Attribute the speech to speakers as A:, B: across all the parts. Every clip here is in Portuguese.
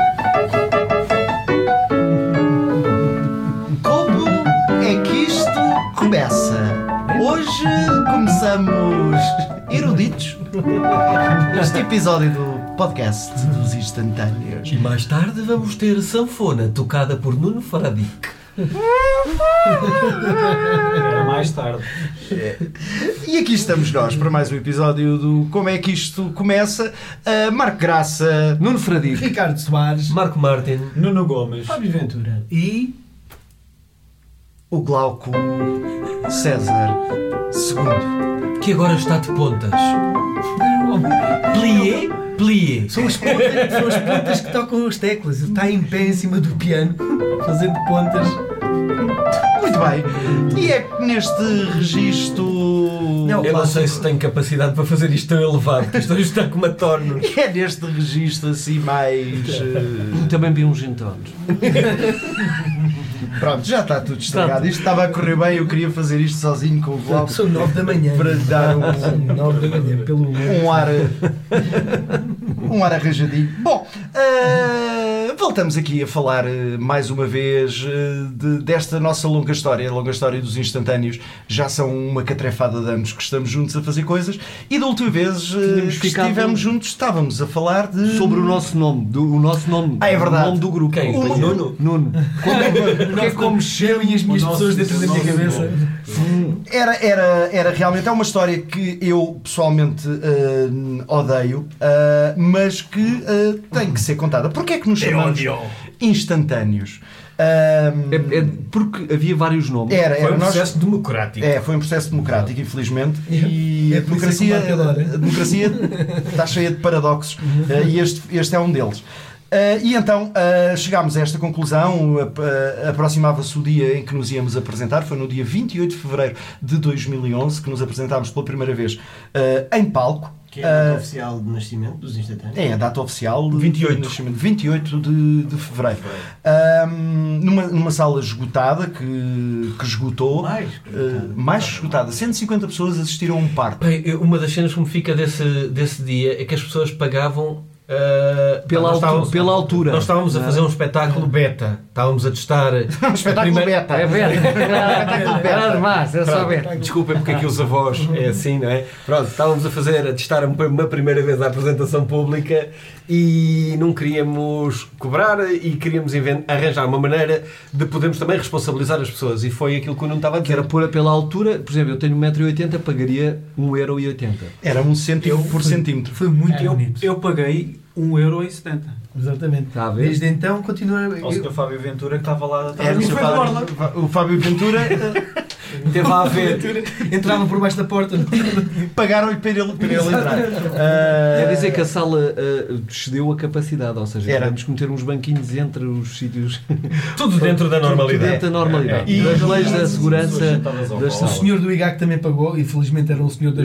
A: é Passamos eruditos este episódio do podcast dos instantâneos.
B: E mais tarde vamos ter sanfona tocada por Nuno Faradic.
C: Era mais tarde.
A: E aqui estamos nós para mais um episódio do Como é que isto começa? Ah, Marco Graça,
B: Nuno Faradic.
D: Ricardo Soares
B: Marco Martin.
C: Nuno Gomes.
D: Fábio Ventura e
A: o Glauco César II.
B: que agora está de pontas. Plié, plié.
D: são as, pontas, são as pontas que tocam as teclas. Ele está em pé em cima do piano, fazendo pontas.
A: Muito bem. E é que neste registro. é
D: Não.
B: Eu não sei se tenho capacidade para fazer isto tão elevado, porque isto hoje está com uma torno.
A: É neste registro assim mais. eh,
E: Também vi uns gintones.
A: Pronto, já está tudo estragado. Isto estava a correr bem, eu queria fazer isto sozinho com o Glauco
D: São nove da manhã.
A: para lhe dar um.
D: São nove da manhã, pelo
A: um ar um ar arranjadinho bom ah, voltamos aqui a falar eh, mais uma vez eh, de- desta nossa longa história a longa história dos instantâneos já são uma catrefada de anos que estamos juntos a fazer coisas e da última vez eh,
E: Tínhamos
A: que
E: ficado-
A: estivemos juntos estávamos a falar de
E: Sobre o nosso nome, do, o nosso nome,
A: Ah, é verdade.
E: o nome do grupo.
B: Quem?
E: O
B: Nuno?
E: Nuno. Como, porque é como
D: Eu e as minhas
C: O nosso-
D: pessoas dentro da minha
C: o nosso
D: cabeça.
A: Era, era, era realmente é uma história que eu pessoalmente eh, odeio, eh, mas que eh, tem que ser contada. Porquê é que nos chamamos instantâneos? Ahm,
E: É, é porque havia vários nomes.
D: É.
A: era,
B: Foi
A: era,
B: um
A: nós-
B: processo democrático.
A: é, foi um processo democrático, infelizmente, e
D: É
A: a
D: por isso que
A: democracia,
D: o Marco adora.
A: a democracia está cheia de paradoxos eh, e este, este é um deles. Eh, e então eh, chegámos a esta conclusão, ap- eh, aproximava-se o dia em que nos íamos apresentar, foi no dia 28 de fevereiro de 2011 que nos apresentámos pela primeira vez eh, em palco.
C: Que é a
D: Ah,
C: data
A: Eh,
C: oficial de nascimento dos instantâneos.
A: é a data oficial
B: 28.
A: de nascimento, 28 de, de fevereiro. Ahm, numa, numa sala esgotada que, que esgotou.
D: Ah,
C: Mais que esgotada.
A: eh, mais que esgotada. 150 pessoas assistiram a um parto.
B: Bem, eu- uma das cenas que me fica desse, desse dia é que as pessoas pagavam ah,
E: Pela
B: nós
E: altu-
B: estávamos-
E: pela altura.
B: Nós estávamos a
E: Não.
B: fazer um espetáculo beta. Estávamos a testar.
A: Um espetáculo
B: primeira-
E: É
A: beta. Espetáculo
E: Tá, Era
A: beta.
E: demais, era só Beto.
B: Desculpem porque aqui os avós é assim, não é? Pronto, estávamos a fazer, a testar uma primeira vez a apresentação pública e não queríamos cobrar e queríamos inven- arranjar uma maneira de podermos também responsabilizar as pessoas e foi aquilo que eu não estava a
E: Que
B: dizer.
E: era por, pela altura, por exemplo, eu tenho 1,80m, pagaria 1,80€.
A: Era um cêntimo por centímetro.
D: Foi muito
F: Eu,
D: bonito.
F: eu paguei 1,70€.
D: É. Exatamente.
E: Está Tá a ver?
D: Desde então continua.
C: Ao
D: Eu, É,
C: senhor Fábio Ventura que estava lá
A: Era assim,
C: atrás.
A: o
C: E
A: seu
C: foi embora.
A: Fábio- o Fábio Ventura eh,
B: Teve a ver.
D: entrava por baixo da porta. é?
A: pagaram-lhe para ele, para ele entrar. Ah,
E: É, Quer dizer que a sala ah, cedeu a capacidade, ou seja,
A: Era.
E: tivemos que meter uns banquinhos entre os sítios
B: Tudo dentro da
E: dentro
B: normalidade.
E: da normalidade.
A: É, é.
E: Das
A: E-
E: leis da segurança
C: sentadas ao
E: das
C: colo.
D: O
E: salas.
D: senhor do IGAC também pagou, e felizmente era um senhor de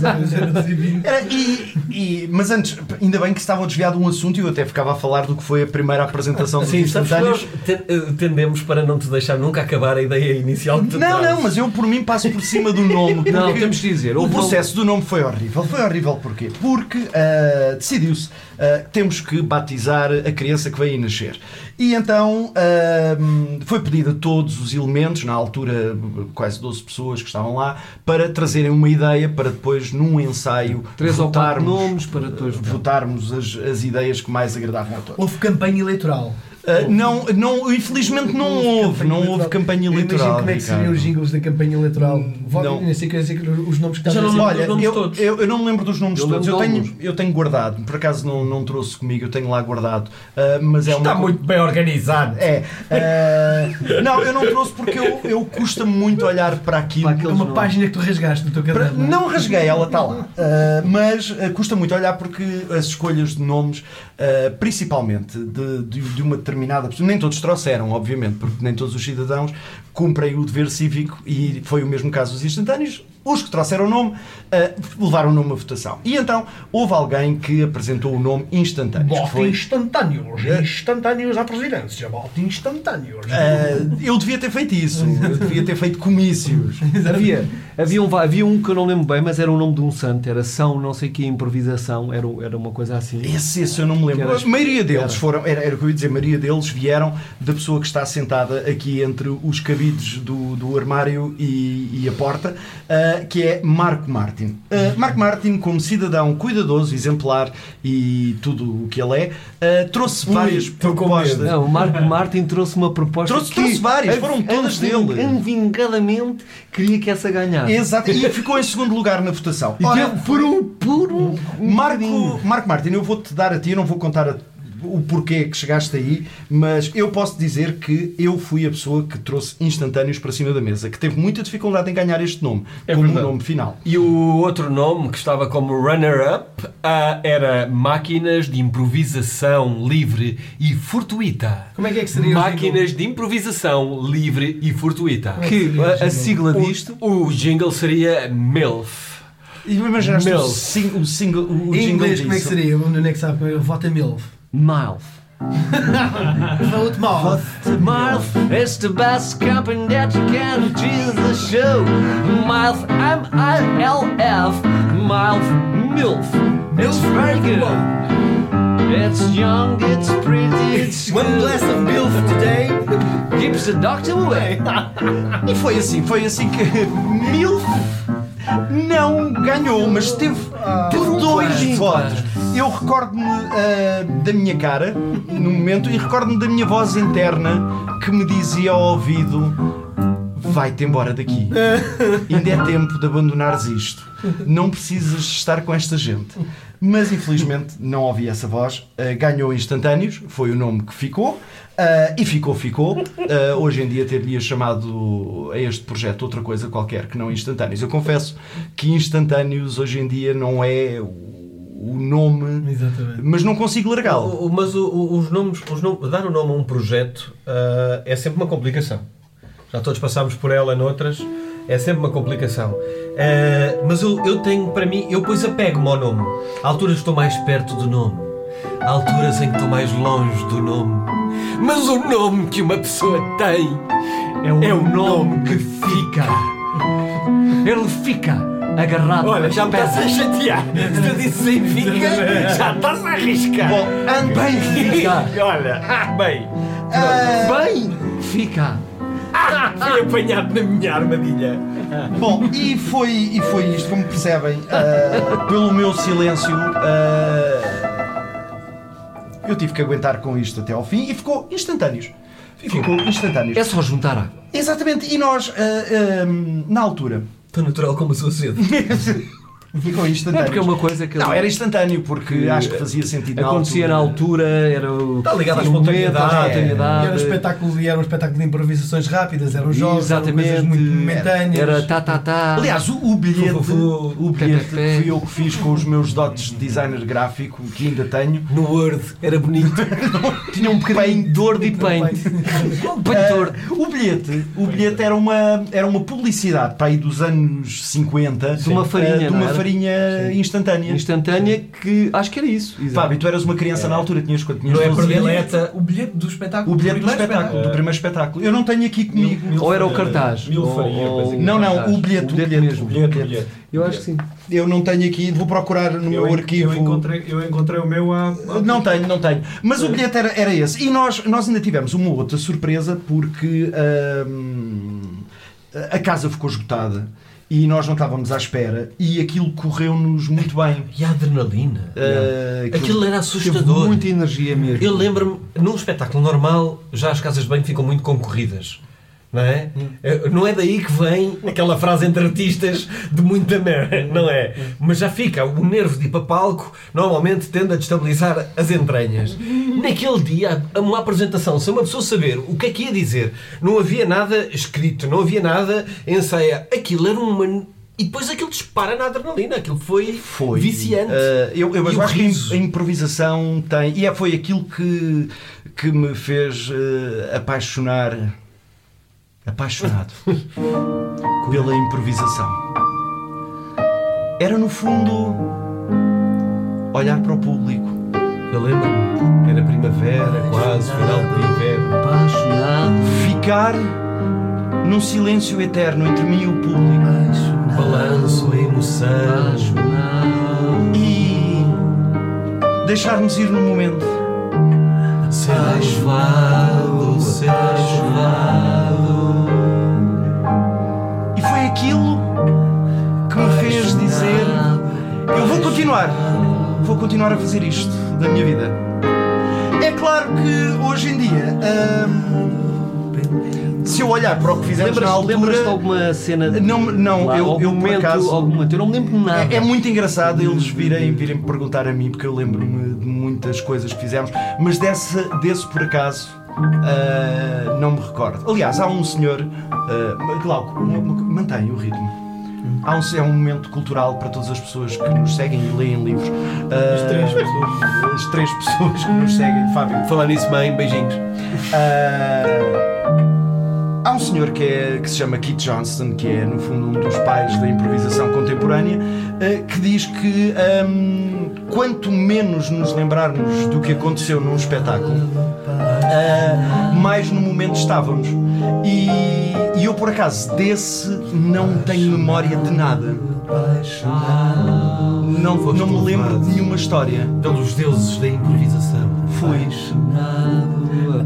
D: 2,20m.
A: Era, e- e- mas antes, ainda bem que estavam desviado um assunto e eu até ficava a falar do que foi a primeira apresentação dos
B: Sim, sabes que
A: instantâneos.
B: nós ten- eh, tendemos para não te deixar nunca acabar a ideia inicial que tu
A: Não,
B: trazes.
A: não, mas eu por mim passo por cima do nome.
E: Não,
A: porque
E: temos de dizer,
A: O
E: houve um-
A: processo do nome foi horrível. Foi horrível porquê? Porque ah, decidiu-se ah, temos que batizar a criança que vai aí nascer. E então ah, foi pedido a todos os elementos, na altura quase 12 pessoas que estavam lá, para trazerem uma ideia para depois num ensaio
E: Três ou quatro
A: votarmos,
E: nomes para depois
A: ah,
E: votar.
A: votarmos as, as ideias que mais agradavam a todos.
D: Houve campanha eleitoral.
A: Uh, não, não, infelizmente não houve, não houve campanha
D: Imagina
A: eleitoral.
D: como é que seriam os
A: Ricardo.
D: jingles da campanha eleitoral.
E: Hum,
A: não.
D: Votem, nem sei, que- nem sei que os nomes que
B: Já
D: estavam
B: não lembro
D: a
A: Olha,
B: dos nomes
A: eu,
B: todos.
A: eu, eu não me lembro dos nomes
E: Eu
A: todos, eu
E: lembro de
A: tenho,
E: alguns.
A: eu tenho guardado, por acaso não, não trouxe comigo, eu tenho lá guardado. Uh, mas é
B: Está
A: uma...
B: muito bem organizado.
A: É. uh, não, eu não trouxe porque eu, eu custa-me muito olhar para aquilo.
E: Para aquele
D: dizer. É uma página que tu rasgaste no teu
A: Para-
D: caderno.
A: não rasguei, ela está lá. Uh, mas uh, custa muito olhar porque as escolhas de nomes, uh, principalmente de, de, de uma determinada pessoa, nem todos trouxeram, obviamente, porque nem todos os cidadãos cumprem o dever cívico e foi o mesmo caso dos instantâneos. Os que trouxeram o nome uh, levaram o nome à votação. E então houve alguém que apresentou o nome instantâneo. que foi- Ah.
D: instantâneos, instantâneos à presidência, vote instantâneos.
A: Uh, eu devia ter feito isso, eu devia ter feito comícios.
E: Havia, havia, um, va- havia um que eu não lembro bem, mas era o nome de um santo, era São, não sei que, improvisação, era, era uma coisa assim.
A: Esse, esse eu não me lembro.
E: Que era-
A: A maioria deles
E: era.
A: foram, era, era o que eu ia dizer, a maioria deles vieram da pessoa que está sentada aqui entre os cabides do, do armário e, e a porta. ah, eh, que é Marco Martin. Eh, Marco Martin, como cidadão cuidadoso, exemplar e tudo o que ele é, eh, trouxe
B: Ui,
A: várias
B: tô com
A: propostas.
E: Não, o Marco Martin trouxe uma proposta.
A: Trouxe-
E: que
A: trouxe várias,
E: a-
A: foram todas
E: anving-
A: dele.
E: Anvingadamente queria que essa ganhasse.
A: Exato, e ficou em segundo lugar na votação.
E: E
A: Ora,
E: teve por um, por um. um bocadinho.
A: Marco, Marco Martin, eu vou-te dar a ti, eu não vou contar a- o porquê que chegaste aí, mas eu posso dizer que eu fui a pessoa que trouxe instantâneos para cima da mesa, que teve muita dificuldade em ganhar este nome,
B: É
A: como
B: verdade.
A: o nome final.
B: E o outro nome que estava como runner-up ah, era Máquinas de Improvisação Livre e Fortuita.
D: Como é que é que seria o
B: Máquinas de Improvisação Livre e Fortuita.
E: Que a, a sigla
B: O-
E: disto.
B: O jingle seria MILF.
A: E imaginaste o,
B: Mel.
A: sing, o single, o
D: Em
A: jingle
D: inglês, como é que
A: disso?
D: seria? O Nuno é que sabe. Eu voto em MILF.
E: Milf.
D: Vote mal.
E: Milf is the best company that you can. Jesus show. Milf, M-I-L-F. Milf, MILF. It's very good. It's young, it's pretty, it's
D: One glass of MILF today.
E: good. Keeps the doctor away.
A: E foi assim, foi assim que Milf não ganhou, mas teve, teve dois
E: quase.
A: votos. Eu recordo-me ah, da minha cara, no momento, e recordo-me da minha voz interna que me dizia ao ouvido: Vai-te embora daqui. Ainda é tempo de abandonares isto. Não precisas estar com esta gente. Mas infelizmente não ouvi essa voz. Ah, ganhou instantâneos, foi o nome que ficou. Ah, e ficou, ficou. Ah, hoje em dia teria chamado a este projeto outra coisa qualquer que não instantâneos. Eu confesso que instantâneos hoje em dia não é o- o nome,
D: Exatamente.
A: mas não consigo largá-lo.
B: O- o- Mas o- o- os nomes, os nom- dar o nome a um projeto ah, é sempre uma complicação. Já todos passámos por ela noutras, é sempre uma complicação. Ah, mas eu, eu tenho, para mim, eu pois apego-me ao nome. Há alturas que estou mais perto do nome, há alturas em que estou mais longe do nome. Mas o nome que uma pessoa tem
E: É o,
B: é o nome que fica.
E: Ele fica agarrado.
B: Olha,
E: às
B: já me
E: pedras.
B: estás a chatear. Se eu disse sem fica, já estás a arriscar.
A: Bom, ande
E: Bem fica.
B: Olha, ah, bem.
E: Bem fica.
B: Fui apanhado na minha armadilha.
A: Bom, e foi, e foi isto, como percebem, ah, pelo meu silêncio, ah, eu tive que aguentar com isto até ao fim e ficou instantâneos. Ficou
E: É
A: instantâneos.
E: só juntar água.
A: Exatamente, e nós, ah, ah, na altura,
B: Tão natural como a sua sede.
A: ficou
E: Não é porque é
A: instantâneos.
E: uma coisa que.
A: Não, era instantâneo, porque acho que fazia sentido na
E: Acontecia na altura, era o. um
B: Está Tá ligado à
E: o momento,
B: espontaneidade.
D: E
E: à
D: era um
E: espontaneidade.
D: espetáculo, e era um espetáculo de improvisações rápidas, eram jogos,
E: Exatamente.
D: eram coisas muito momentâneas.
E: Era tá, tá, tá.
A: Aliás, o, o bilhete,
B: Fu, fu,
A: o bilhete que
E: Pé, pé.
A: fui eu que fiz com os meus dotes de designer gráfico, que ainda tenho,
B: No Word, era bonito.
E: tinha um bocadinho de dor de paint. Pintor.
A: Ah, o bilhete, o bilhete era uma, era uma publicidade para aí dos anos 50
E: De uma
A: ah,
E: farinha,
A: de
E: não
A: uma
E: era?
A: farinha instantânea.
E: Instantânea que. Acho que era isso.
A: Fábio, tu eras uma criança na altura, tinhas quanto? Tinhas
B: Não é
A: 12 anos?
B: predileta.
D: O bilhete do espetáculo.
A: O bilhete do
D: primeiro
A: espetáculo, do primeiro espetáculo. Eu não tenho aqui comigo.
E: Ou era o cartaz?
C: Mil
E: Ou-
C: farinha,
E: ou-
C: coisa que-
A: Não, não, o
E: cartaz.
A: bilhete, o bilhete,
E: mesmo.
A: o
C: Bilhete,
A: bilhete.
C: bilhete.
E: Eu acho que sim.
A: Eu não tenho aqui, vou procurar no meu
C: eu,
A: arquivo.
C: eu encontrei, eu encontrei o meu há. há-
A: Não tenho, não tenho. Mas o bilhete era, era esse. E nós, nós ainda tivemos uma outra surpresa porque hum, a casa ficou esgotada e nós não estávamos à espera e aquilo correu-nos muito bem.
B: E a adrenalina.
A: Uh,
B: Aquilo era
E: Teve
B: assustador.
E: muita energia mesmo.
B: Eu lembro-me, num espetáculo normal, já as casas de banho ficam muito concorridas. Não é? Eh, Não é daí que vem aquela frase entre artistas de muita merda, não é? Mas já fica, o nervo de ir para palco normalmente tende a destabilizar as entranhas. Naquele dia, a- uma apresentação, se uma pessoa saber o que é que ia dizer, não havia nada escrito, não havia nada ensaia, aquilo era uma. E depois aquilo dispara na adrenalina, aquilo foi,
A: foi
B: viciante.
A: Eh, eu eu
B: E o
A: acho que
B: riso.
A: a improvisação tem. E é, foi aquilo que, que me fez eh, apaixonar. Apaixonado pela improvisação. Era no fundo olhar para o público.
B: Eu lembro-me, era primavera, quase, final de primavera.
E: Apaixonado.
A: Ficar num silêncio eterno entre mim e o público.
B: Ah,
E: Apaixonado.
B: balanço, a emoção.
E: Apaixonado.
A: E deixar-nos ir no momento.
B: Ser apaixonado, ser apaixonado.
A: E foi aquilo continuar. Vou continuar a fazer isto da minha vida. É claro que hoje em dia. hum, se eu olhar para o que fizemos na
E: Lembras-
A: altura.
E: Lembras-te de alguma cena? de-
A: Não, não,
E: lá,
A: eu,
E: algum
A: eu por
E: momento,
A: acaso.
E: algum momento. Eu não me lembro de nada.
A: É, é muito engraçado eles
C: Uhum.
A: virem, virem me perguntar a mim, porque eu lembro-me de muitas coisas que fizemos, mas desse, desse por acaso ah, não me recordo. Aliás, há um senhor, ah, Glauco, uma- uma co- mantém o ritmo. Há um, é um momento cultural para todas as pessoas que nos seguem e leem livros. Ah,
C: As três pessoas.
A: as três pessoas que nos seguem, Fábio.
B: Falar nisso bem, beijinhos.
A: Ah, há um senhor que, é- que se chama Keith Johnston, que é no fundo um dos pais da improvisação contemporânea, ah, que diz que ahm, quanto menos nos lembrarmos do que aconteceu num espetáculo, ah, mais no momento estávamos. E, e eu por acaso desse não tenho memória de nada. Não, não me lembro de nenhuma história.
G: Pelos Então, deuses da improvisação.
A: Fui.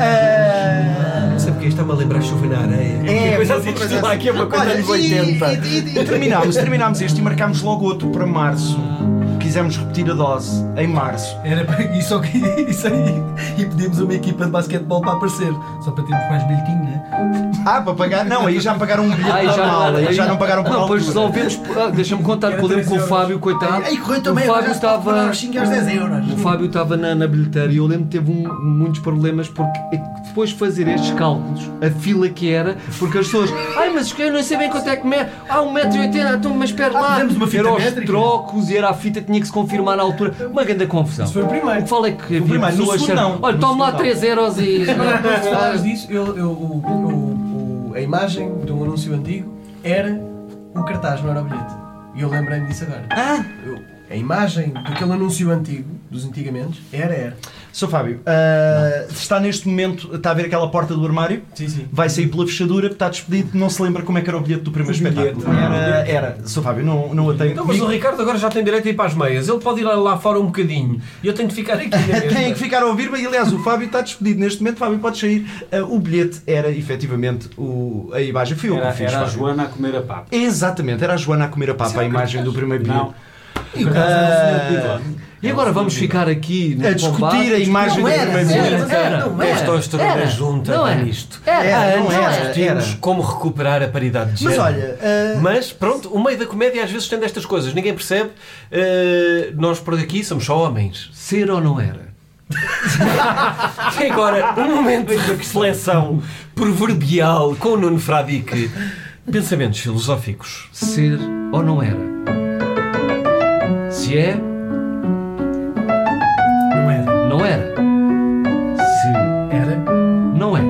A: Ah,
G: Não sei porque está-me a lembrar chuva na areia.
A: É,
G: coisa assim, isto lá aqui é uma coisa
A: Olha,
G: dos
A: e-
G: 80.
A: E, e- e terminámos, terminámos este e marcámos logo outro para março. Quisemos repetir a dose em março.
D: Era para e só que isso aí. E pedimos uma equipa de basquetebol para aparecer. Só para termos mais bilhetinho, né?
A: Ah, para pagar. Não, aí já me pagaram um bilhete
E: Ai,
A: normal, aí, já não pagaram por
E: Não,
A: altura.
E: pois resolvemos. ah, Deixa-me contar que eu lembro com o Fábio, coitado.
D: Aí correu
E: o
D: também,
E: Fábio
D: agora já se pode
E: estava-
D: pagar os 5 aos 10 euros.
E: O Fábio estava na, na bilheteira e eu lembro que teve um- muitos problemas porque é que depois de fazer estes cálculos, a fila que era, porque as pessoas, ai, mas eu não sei bem quanto é que mete, ah, 1,80m, então, mas espera
A: Ah,
E: lá,
D: fizemos uma fita
E: era os
D: métrica.
E: trocos e era a fita, tinha que se confirmar na altura, uma grande confusão.
C: Foi o
E: O
C: primeiro.
E: que fala é que havia
A: primeiro, no
E: pessoas
A: segundo
E: certas,
A: não.
E: olha,
A: No
E: toma lá
A: segundo não.
E: 3 euros e...
C: Agora, quando
G: É.
C: falas disso, eu, eu- o- o- o- a imagem de um anúncio antigo era o cartaz, não era o bilhete. E eu lembrei-me disso agora.
G: Ah!
C: Eu- a imagem daquele anúncio antigo, dos antigamente, era, era.
A: Sr. Fábio, ah, está neste momento, está a ver aquela porta do armário?
C: Sim, sim.
A: Vai sair pela fechadura, está despedido, não se lembra como é que era o bilhete do primeiro
C: O bilhete,
A: espetáculo. Era, era. Sr. Fábio, não, não a tenho.
G: Então, mas o Ricardo agora já tem direito a ir para as meias. Ele pode ir lá- lá fora um bocadinho. E eu tenho de ficar aqui. na mesma.
A: É, Têm que ficar a ouvir, mas aliás o Fábio está despedido neste momento. Fábio, pode sair. Ah, o bilhete era efetivamente o, a imagem. Fui eu que
F: Era,
A: o fiz.
F: era a
A: Fábio.
F: Joana a comer a papa.
A: Exatamente, era a Joana a comer a papa, a imagem do primeiro
F: Não.
A: bilhete. Ah,
F: O cartaz era o senhor de bigode.
E: E agora vamos ficar aqui no
A: A discutir a
E: combate.
A: imagem do
D: Não era,
A: primeiro
D: era,
A: bilhete.
D: mas era, não era.
G: Esta história
E: Era.
G: junta
E: Não
G: dá
E: era.
G: nisto.
E: Era,
A: Era, não
E: não
A: era.
E: era.
G: Temos como recuperar a paridade de
A: Mas
G: género.
A: olha, ah,
G: Mas pronto, o meio da comédia às vezes tem destas coisas, ninguém percebe. Uh, nós por aqui somos só homens.
E: Ser ou não era?
G: E agora, um momento de seleção proverbial com o Nuno Fradique. Pensamentos filosóficos.
E: Ser ou não era? Se é,
D: Não era.
E: não era. Se
D: Era.
E: não é.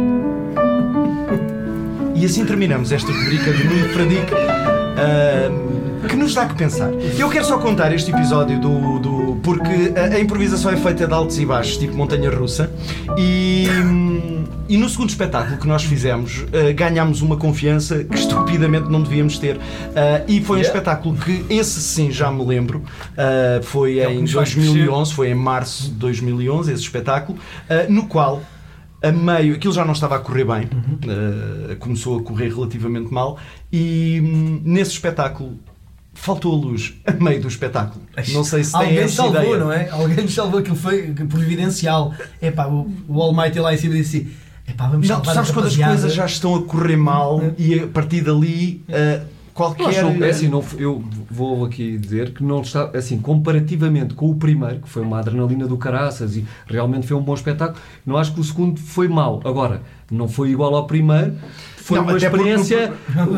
A: E assim terminamos esta rubrica de Nuno Fradique, ahm, que nos dá que pensar. Eu quero só contar este episódio do. do- porque a, a improvisação é feita de altos e baixos, tipo montanha russa, e. hum, E no segundo espetáculo que nós fizemos, ah, ganhámos uma confiança que estupidamente não devíamos ter. Ah, e foi um espetáculo que, esse sim, já me lembro, ah, foi
C: É o que
A: em
C: nos faz
A: 2011, foi em março de 2011, esse espetáculo, ah, no qual a meio, aquilo já não estava a correr bem, eh, começou a correr relativamente mal, e hum, nesse espetáculo faltou a luz a meio do espetáculo. Não sei se tem
D: Alguém
A: essa
D: salvou,
A: ideia.
D: não é? Alguém nos salvou, aquilo foi providencial. É pá, o, o Almighty lá em cima disse assim: é pá, vamos
A: Não, tu
D: salvar
A: sabes
D: a é?
A: quando as
D: rapaziada."
A: coisas já estão a correr mal e a partir dali eh,
E: Eu
A: qualquer.
E: acho um- é assim, não, f- eu vou aqui dizer que não está, assim, comparativamente com o primeiro, que foi uma adrenalina do caraças e realmente foi um bom espetáculo, não acho que o segundo foi mau. Agora, não foi igual ao primeiro, foi
A: Não,
E: uma
A: até porque
E: experiência,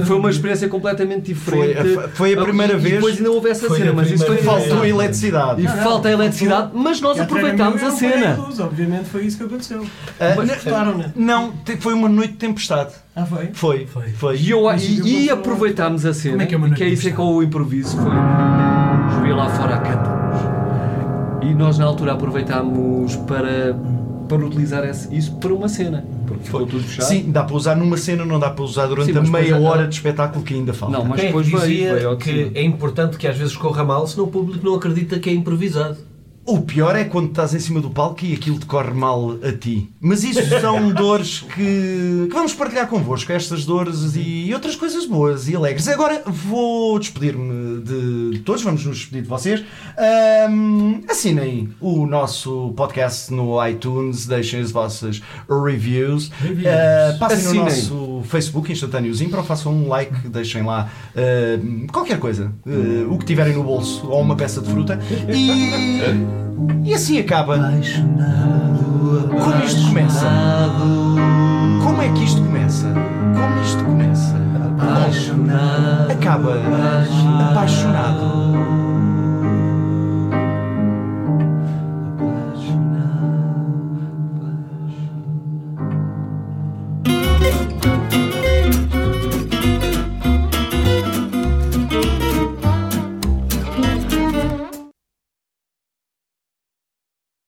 E: foi uma experiência completamente diferente. Ah,
A: Foi a- foi a primeira
E: e,
A: vez-
E: E depois ainda houve essa
D: foi
E: cena,
D: a
E: mas isso foi
D: primeira
A: Faltou
E: faltou
A: a
E: e
A: eletricidade.
E: falta a eletricidade, mas nós
C: E a
E: aproveitámos a
D: é um
C: treinamento eu apaguei
E: cena.
C: luz, Obviamente foi isso que aconteceu.
A: Eh,
C: Mas
A: n-
C: cortaram-na.
A: não, te- foi uma noite de tempestade.
C: Ah, foi?
A: Foi, foi.
D: Foi.
E: E, eu,
C: Mas eu
E: e, e
C: gosto-
E: aproveitámos a cena,
D: é Como é que é uma
E: e que é
D: noite
E: isso é
D: de
E: que eu improviso, foi joguei lá fora a cântaros. E nós na altura aproveitámos para, para utilizar esse- isso para uma cena, porque ficou tudo fechado.
A: Sim, dá para usar numa cena, não dá para usar durante
E: Sim,
A: a
E: mas
A: meia
E: depois-
A: hora de espetáculo que ainda falta.
E: Não, mas
G: Quem é que
E: depois veio,
G: dizia
E: veio ao de
G: que
E: cima.
G: é importante que às vezes corra mal, senão o público não acredita que é improvisado.
A: O pior é quando estás em cima do palco e aquilo decorre mal a ti. Mas isso são dores que, que vamos partilhar convosco, estas dores e outras coisas boas e alegres. Agora vou despedir-me de todos, vamos nos despedir de vocês. Ahm, assinem o nosso podcast no iTunes, deixem as vossas reviews,
D: Reviews.
A: Ah, passem
B: Assinem.
A: no nosso Facebook instantâneo Zimpro, façam um like, deixem lá ah, qualquer coisa, ah, o que tiverem no bolso ou uma peça de fruta. E. E assim acaba. Como isto começa? Como é que isto começa? Como isto começa? Como acaba apaixonado